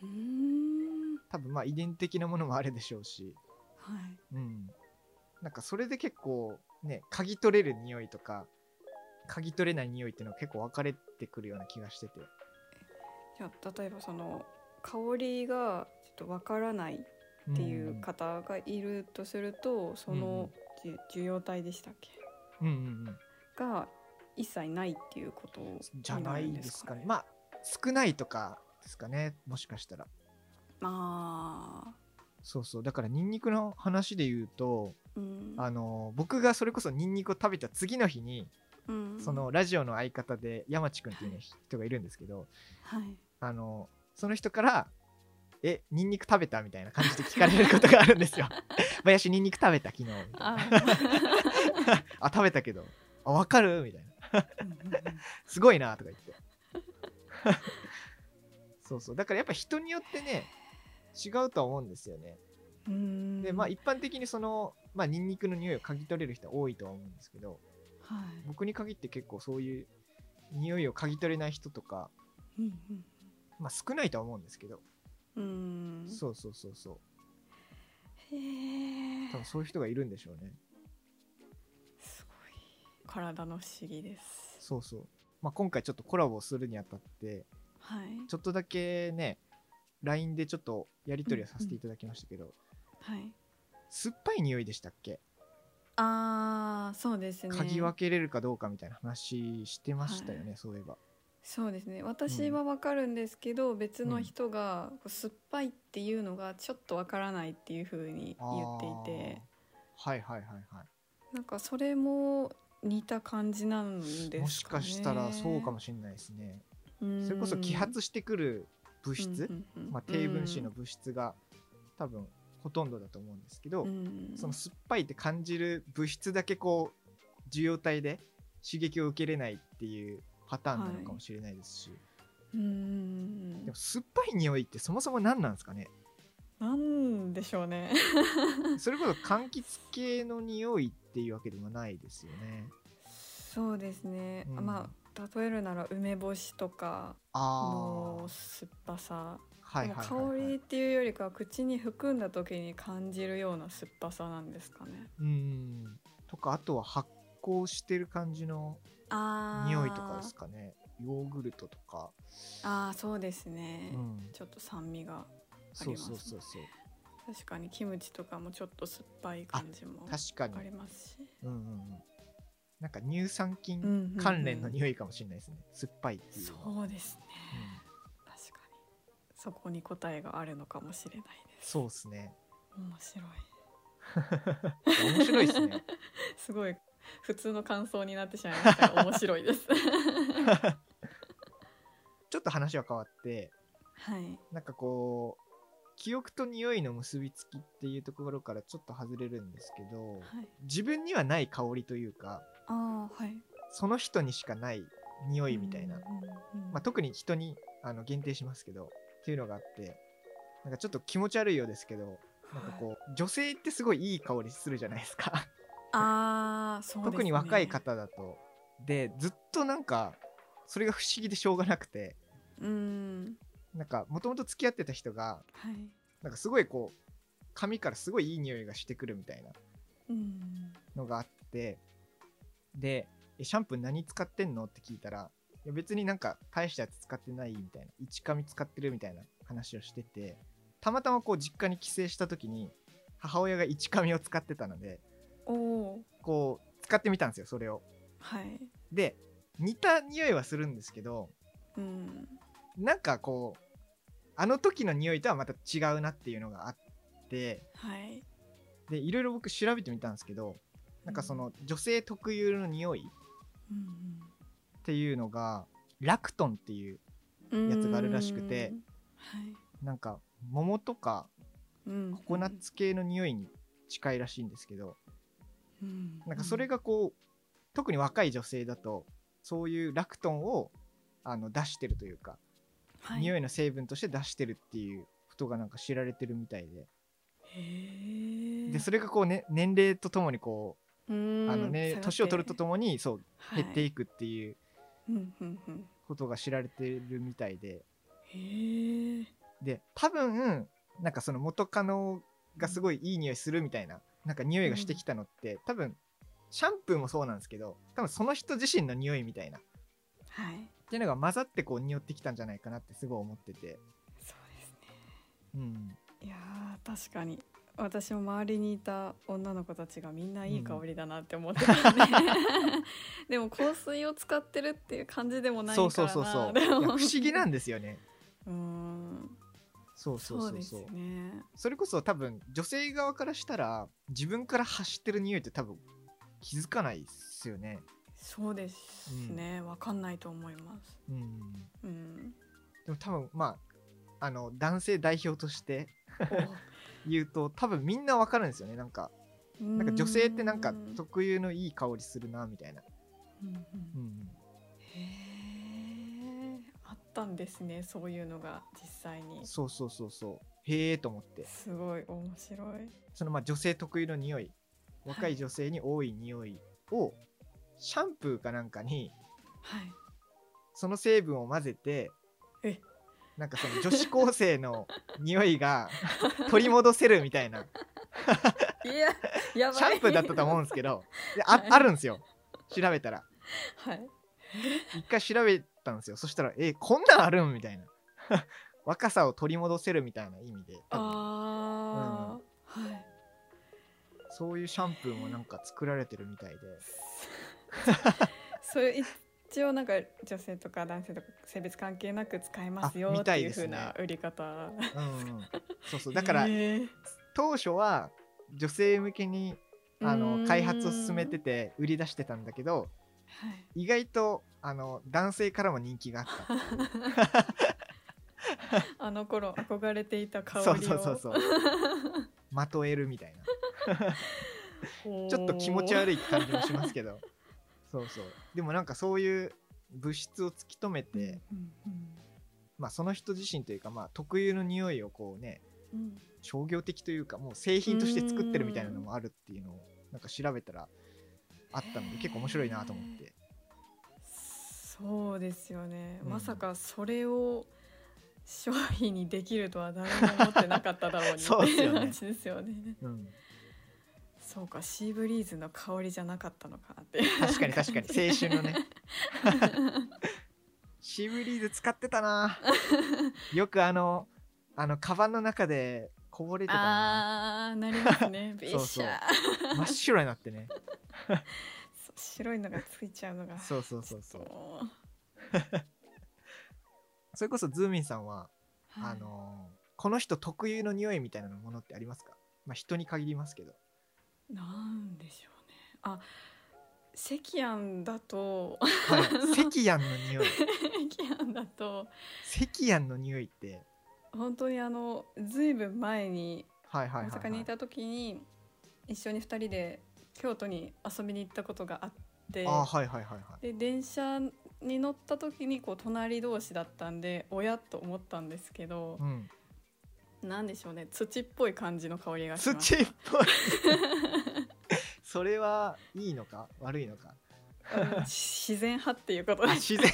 うーん多分まあ遺伝的なものもあるでしょうしはいうん、なんかそれで結構ね嗅ぎ取れる匂いとか嗅ぎ取れない匂いっていうのが結構分かれてくるような気がしててじゃあ例えばその香りがちょっとわからないっていう方がいるとすると、そのじゅ受容体でしたっけうんうんうんうんが一切ないっていうことじゃにななるいんですかねまあ少ないとかですかねもしかしたらまあそうそうだからニンニクの話で言うとうんあの僕がそれこそニンニクを食べた次の日にうんそのラジオの相方で山地君っていうね人がいるんですけどはいあのその人から「えニンニク食べた?」みたいな感じで聞かれることがあるんで すよ。林ニンニク食べた昨日みたいなああ食べたけどあ分かるみたいなうんうんうんすごいなとか言って そうそうだからやっぱ人によってね違うとは思うんですよねうん でまあ一般的にそのまあニンニクの匂いを嗅ぎ取れる人は多いとは思うんですけどは僕に限って結構そういう匂いを嗅ぎ取れない人とかいうんうんまあ少ないとは思うんですけど、うんそうそうそうそうへえ多分そういう人がいるんでしょうねすごい体の不思議ですそうそう、まあ、今回ちょっとコラボするにあたってはいちょっとだけね LINE でちょっとやり取りをさせていただきましたけど、はい酸っぱい匂いでしたっけああそうですね嗅ぎ分けれるかどうかみたいな話してましたよね、そういえばそうですね私は分かるんですけど、別の人がこう酸っぱいっていうのがちょっと分からないっていう風に言っていてあーはいはいはいはいなんかそれも似た感じなんですかねもしかしたらそうかもしれないですねそれこそ揮発してくる物質、まあ、低分子の物質が多分ほとんどだと思うんですけど、その酸っぱいって感じる物質だけこう受容体で刺激を受けれないっていうパターンなのかもしれないですし、でも酸っぱい匂いってそもそも何なんです かねなんでしょうねそれこそ柑橘系の匂いっていうわけでもないですよねそうですね、うんまあ例えるなら梅干しとかあの酸っぱさあはいはいはい、でもはい、香りっていうよりかは口に含んだ時に感じるような酸っぱさなんですかねうんとかあとは発酵してる感じのあー匂いとかですかねヨーグルトとか、あーそうですね、うん、ちょっと酸味がそうそうそうそう確かにキムチとかもちょっと酸っぱい感じも確かありにますし、うんうんうんなんか乳酸うん菌うんうん関連の匂いかもしれないですね、酸っぱいっていうのはそうですねうん確かにそこに答えがあるのかもしれないですそうですね面白い面白いですね すごい普通の感想になってしまいましたが面白いですちょっと話は変わって はいなんかこう記憶と匂いの結びつきっていうところからちょっと外れるんですけどはい自分にはない香りというかああはいその人にしかない匂いみたいな、うんうんうんまあ、特に人にあの限定しますけどっていうのがあってなんかちょっと気持ち悪いようですけどなんかこう女性ってすごいいい香りするじゃないですかああそうですね特に若い方だとでずっとなんかそれが不思議でしょうがなくてうんなんかもともと付き合ってた人がはいなんかすごいこう髪からすごいいい匂いがしてくるみたいなうんのがあってでえシャンプー何使ってんのって聞いたらいや別になんか大したやつ使ってないみたいな一紙使ってるみたいな話をしててたまたまこう実家に帰省した時に母親が一紙を使ってたのでおおこう使ってみたんですよそれをはいで似た匂いはするんですけどうんなんかこうあの時の匂いとはまた違うなっていうのがあってはいでいろいろ僕調べてみたんですけどなんかその女性特有の匂いうんっていうのがラクトンっていううんやつがあるらしくてうんはいなんか桃とかうんココナッツ系の匂いに近いらしいんですけどうんなんかそれがこう特に若い女性だとそういうラクトンをあの出してるというか、はい匂いの成分として出してるっていうことがなんか知られてるみたいでへーでそれがこう、ね、年齢とともにこうう、んあのね下がって年を取るとともにそうはい減っていくっていううんうんうんことが知られてるみたいでへえで多分なんかその元カノがすごいいい匂いするみたいななんか匂いがしてきたのって、多分シャンプーもそうなんですけど多分その人自身の匂いみたいな、はい、っていうのが混ざってこう匂ってきたんじゃないかなってすごい思っててそうですね、うん、いや確かに私も周りにいた女の子たちがみんないい香りだなって思ってたんで、う ん、でも香水を使ってるっていう感じでもないからなそうそうそう そう不思議なんですよねうんそうそうそうそうそね、それこそ多分女性側からしたら自分から発してる匂いって多分気づかないですよねそうですね、う分、ん、かんないと思います、うんうん、 でも多分まああの男性代表として言うと多分みんな分かるんですよねなんかなんか女性ってなんか特有のいい香りするなみたいな、うんうんうん、へえあったんですねそういうのが実際にそうそうそうそうへえと思ってすごい面白いそのまあ女性特有の匂い若い女性に多い匂いを、はい、シャンプーかなんかに、はい、その成分を混ぜてえなんかその女子高生の匂い が取り戻せるみたいないややばいシャンプーだったと思うんですけどあ,はい、あるんですよ調べたらはい一回調べたんですよそしたらえこんなんあるんみたいな 若さを取り戻せるみたいな意味でああ、うん、はいそういうシャンプーもなんか作られてるみたいでそういう一応なんか女性とか男性とか性別関係なく使えますよっていう風な売り方、ね、うん、 そうそうだから、えー、当初は女性向けにあの開発を進めてて売り出してたんだけど、、はい意外とあの男性からも人気があったあの頃憧れていた香りをそうそうそうそう まとえるみたいなちょっと気持ち悪い感じもしますけどそうそうでもなんかそういう物質を突き止めて、うんうん、まあ、その人自身というか、まあ、特有の匂いをこうね、うん、商業的というかもう製品として作ってるみたいなのもあるっていうのをなんか調べたらあったので結構面白いなと思って。そうですよね、まさかそれを商品にできるとは誰も思ってなかっただろうに そうですよね。 ですよねうん、そうかシーブリーズの香りじゃなかったのかな って確かに確かに青春の ねシーブリーズ使ってたなよくあのあのカバンの中でこぼれてたなあなりますね びっしゃ真っ白になってね白いのがついちゃうのがそうそうそうそうそれこそズーミンさんは、はい、あのー、この人特有の匂いみたいなものってありますか、まあ、人に限りますけど。なんでしょうね。あ赤庵だと、 はい、赤庵の匂い赤庵だと赤庵の匂いって本当にあのずいぶん前に大阪にいた時に一緒に2人で京都に遊びに行ったことがあって。あはいはいはいはい、で電車に乗った時にこう隣同士だったんで親と思ったんですけど、、うんなんでしょうね土っぽい感じの香りがしま土っぽい それはいいのか悪いのか自然派っていうこと自然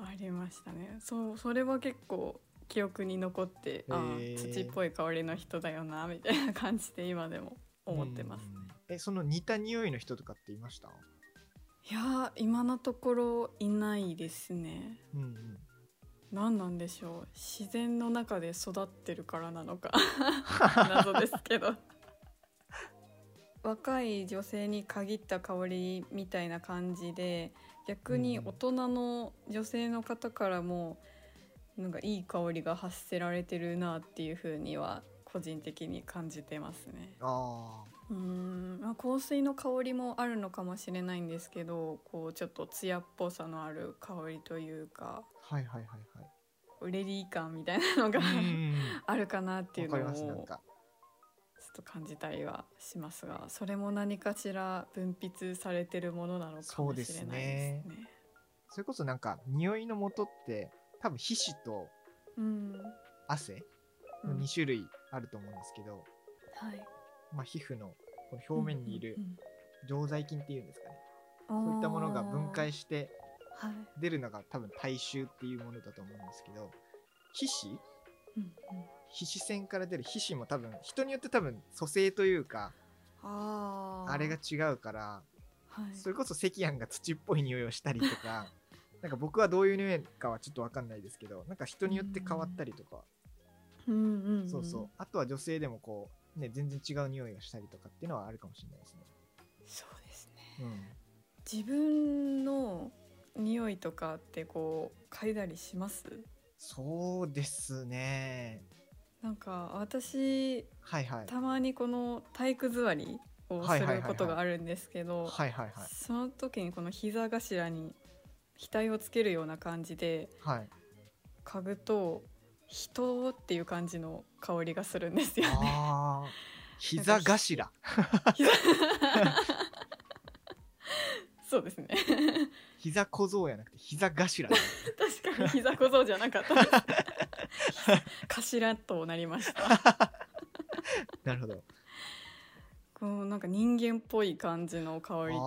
ありましたねそうそれは結構記憶に残ってあ土っぽい香りの人だよなみたいな感じで今でも思ってますね。えその似た匂いの人とかっていましたいや今のところいないですね。うんうん、何なんでしょう自然の中で育ってるからな のか謎ですけど若い女性に限った香りみたいな感じで逆に大人の女性の方からもなんかいい香りが発せられてるなっていうふうには個人的に感じてますね。あうん、まあ、香水の香りもあるのかもしれないんですけどこうちょっと艶っぽさのある香りというかはいはいはいはいレディー感みたいなの があるかなっていうのをちょっと感じたりはしますがそれも何かしら分泌されてるものなのかもしれないですね。そ、ね、れこそなんか匂いの元って多分皮脂と汗の2種類あると思うんですけど、うんうん、はいまあ、皮膚のこの表面にいる常在菌っていうんですかね、うんうんうん、そういったものが分解して出るのが多分体臭っていうものだと思うんですけど、皮脂、うんうん皮脂腺から出る皮脂も多分人によって多分蘇生というかあーあれが、違うからはい、それこそ赤飯が土っぽい匂いをしたりと かなんか僕はどういう匂いかはちょっと分かんないですけどなんか人によって変わったりとかうんうんんそうそうあとは女性でもこうね全然違う匂いがしたりとかっていうのはあるかもしれないですね。そうですねうん自分の匂いとかってこう嗅いだりしますそうですねなんか私はいはいたまにこの体育座りをすることがあるんですけどはいはいはいその時にこの膝頭に額をつけるような感じではい嗅ぐと「人」っていう感じの香りがするんですよね。あー膝頭そうですね膝小僧やなくて膝 頭です確かに膝小僧じゃなかったです頭となりましたなるほどこうなんか人間っぽい感じの香りという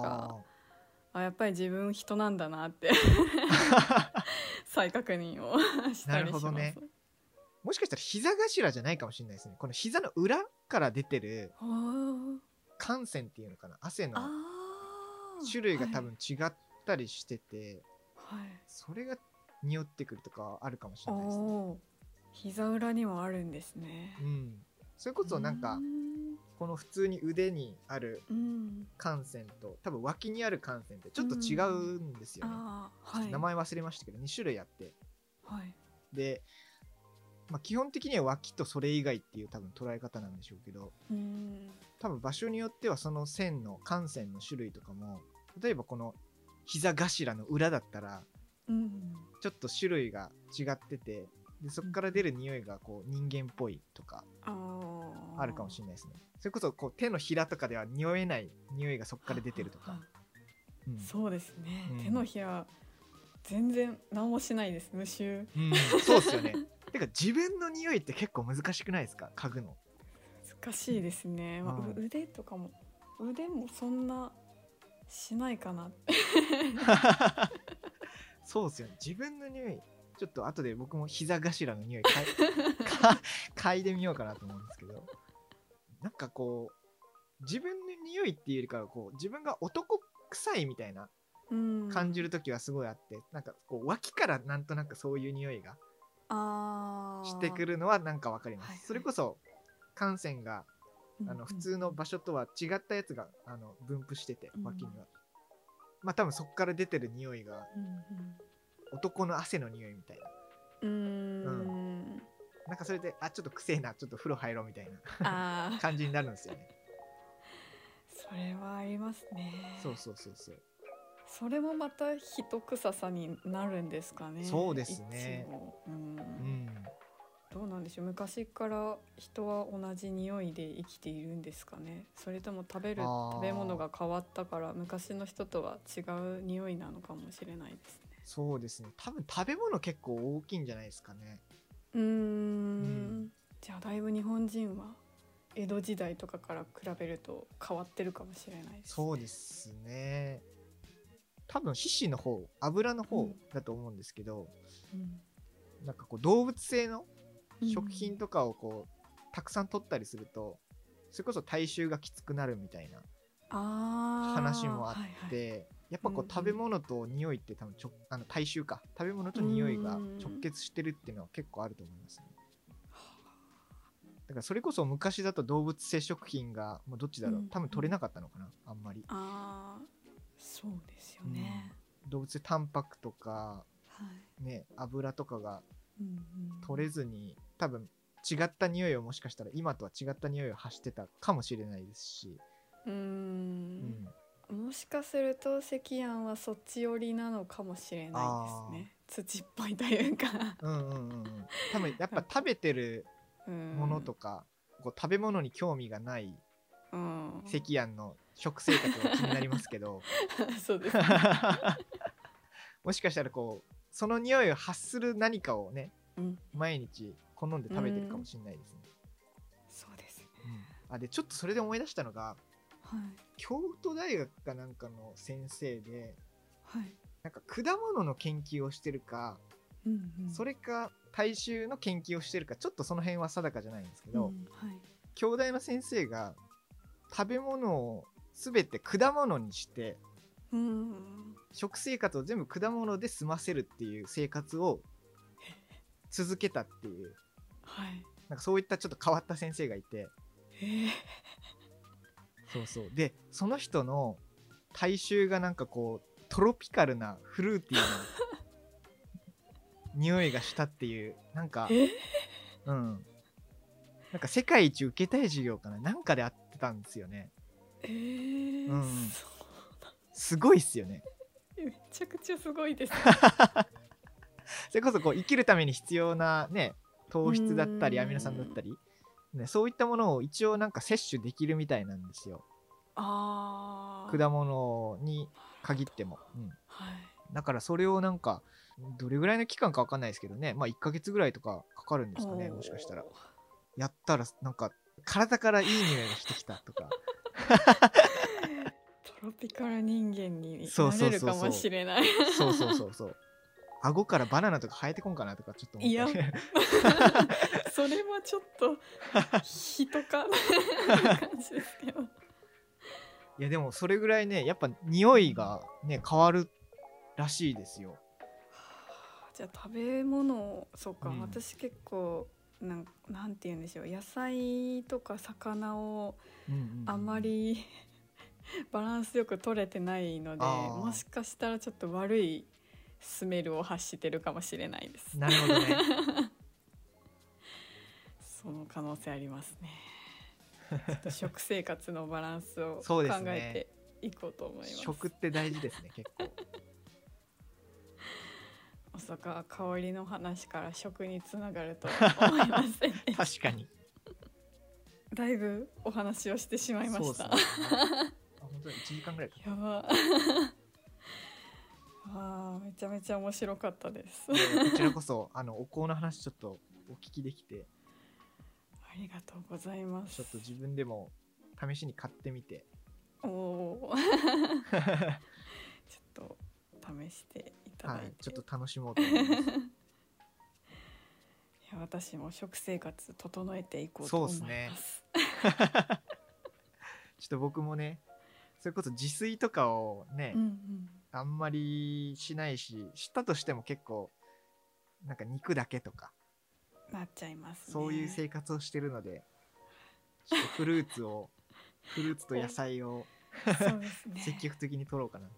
かあやっぱり自分人なんだなって再確認をしたなりるします。ほどねもしかしたら膝頭じゃないかもしれないですねこの膝の裏から出てるあー汗腺っていうのかな汗のあー種類が多分違ったりしてて、はい、はいそれが匂ってくるとかはあるかもしおれないですねおー膝裏にもあるんですねう。んそれこそなんかうんこの普通に腕にあるうん、汗腺と多分脇にある汗腺ってちょっと違うんですよね、ああはい名前忘れましたけど2種類あってはいで、まあ、基本的には脇とそれ以外っていう多分捉え方なんでしょうけどうん多分場所によってはその線の汗腺の種類とかも例えばこの膝頭の裏だったらうんちょっと種類が違っててでそこから出る匂いがこう人間っぽいとかあーあるかもしれないですねそれこそこう手のひらとかでは匂えない匂いがそこから出てるとはかは、うんそうですね、うん手のひら全然何もしないです無臭うん、そうっす よねてか自分の匂いって結構難しくないですか嗅ぐの難しいですね、まあうんう腕とかも腕もそんなしないかなそうですよね。自分の匂い、ちょっと後で僕も膝頭の匂い嗅 いか嗅いでみようかなと思うんですけど、なんかこう、自分の匂いっていうよりかはこう、自分が男臭いみたいなうん感じる時はすごいあって、なんかこう、脇からなんとなくそういう匂いがあーしてくるのはなんかわかります。はいはいそれこそ、汗腺があうんうのん普通の場所とは違ったやつがあの分布しててう、ん脇には。まあ多分そこから出てる匂いが男の汗の匂いみたいな。うんうんうーんなんかそれで、あ、ちょっとくせえな、ちょっと風呂入ろうみたいあなー感じになるんです よね。それはありますねそうそうそうそう。それもまた人臭さになるんですかねそうですねいつもうんうん。どうなんでしょう昔から人は同じ匂いで生きているんですかねそれとも食べるあー食べ物が変わったから昔の人とは違う匂いなのかもしれないですねそうですね。多分食べ物結構大きいんじゃないですかね。うーんんじゃあだいぶ日本人は江戸時代とかから比べると変わってるかもしれないですそうですね。多分皮脂の方、油のう方んだと思うんですけど、うんなんかこう動物性のうん食品とかをこう、たくさん取ったりすると、それこそ体臭がきつくなるみたいなあー話もあはいはっいて、やっぱこうんうんう食べ物と匂いって多分ちょあの体臭か食べ物と匂いが直結してるっていうのは結構あると思いますね。だからそれこそ昔だと動物性食品がもうどっちだろううん多分取れなかったのかなあんまりあーそうですよね、動物性タンパクとかはいね油とかがうんうん取れずに多分違った匂いをもしかしたら今とは違った匂いを発してたかもしれないですし、うーうんん、もしかすると赤庵はそっち寄りなのかもしれないですね土っぽいというかうんうんうんうん多分 やっぱ食べてるもものとか、こう食べ物に興味がないうん、赤庵の食生活が気になりますけど そうですね、もしかしたらこうその匂いを発する何かをねうん、毎日好んで食べてるかもしれないですね。そうですねうんあでちょっとそれで思い出したのがはい京都大学かなんかの先生ではいなんか果物の研究をしてるかうんうん、それか大衆の研究をしてるかちょっとその辺は定かじゃないんですけど、うんはい、京大の先生が食べ物を全て果物にしてうん食生活を全部果物で済ませるっていう生活を続けたっていうはいなんかそういったちょっと変わった先生がいてえーそうそうでその人の体臭がなんかこうトロピカルなフルーティーな匂いがしたっていうなんかえうんなんか世界一受けたい授業かななんかであってたんですよねえーうんうんそすごいっすよねうめちゃくちゃすごい ですね。それこそこう生きるために必要なね糖質だったりうんアミノ酸だったり、ね、そういったものを一応なんか摂取できるみたいなんですよああ。果物に限っても、うん、はい。だからそれをなんかどれぐらいの期間か分かんないですけどねまあ1ヶ月ぐらいとかかかるんですかねおーもしかしたらやったらなんか体からいい匂いがしてきた とかトロピカル人間にそうなそうれるそうかそうもしれない。 そうそうそうそう顎からバナナとか生えてこんかなとかちょっと思 いやったりそれはちょっと人かな感じですけど。いやでもそれぐらいねやっぱ匂いがね変わるらしいですよ じゃあ食べ物をそうか、うん私結構なんなんて言うんでしょう野菜とか魚をうんうんうんあまり バランスよく取れてないのであーもしかしたらちょっと悪いスメルを発してるかもしれないです。なる ほどねその可能性あります ね。ちょっと食生活のバランスをそ考うですねえていこうと思います。食って大事ですね結 構まさか香りの話から食につながるとは思いませんでした確かに だいぶお話をしてしまいまそうしでたすね。あ本当に1時間ぐらいかやば。 あーめちゃめちゃ面白かったです。いやいやこちらこそあのお香の話ちょっとお聞きできてありがとうございまちすょっ。と自分でも試しに買ってみておおー。 ちょっと試していただはいて。いちょっと楽しもうと思います いや私も食生活整えていこうと思いそうでますす。ちょっと僕もねそれこそ自炊とかをね、うんうん。あんまりしないししたとしても結構なんか肉だけとかなっちゃいます、ね。そういう 生活をしてるので、ちょっとフルーツをフルーツと野菜をそうですね。積極的に取ろうかな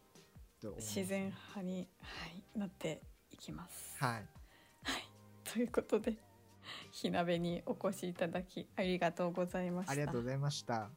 と思います自然派に、はい、なっていきます。はいということで火鍋にお越しいただきありがとうございました。ありがとうございました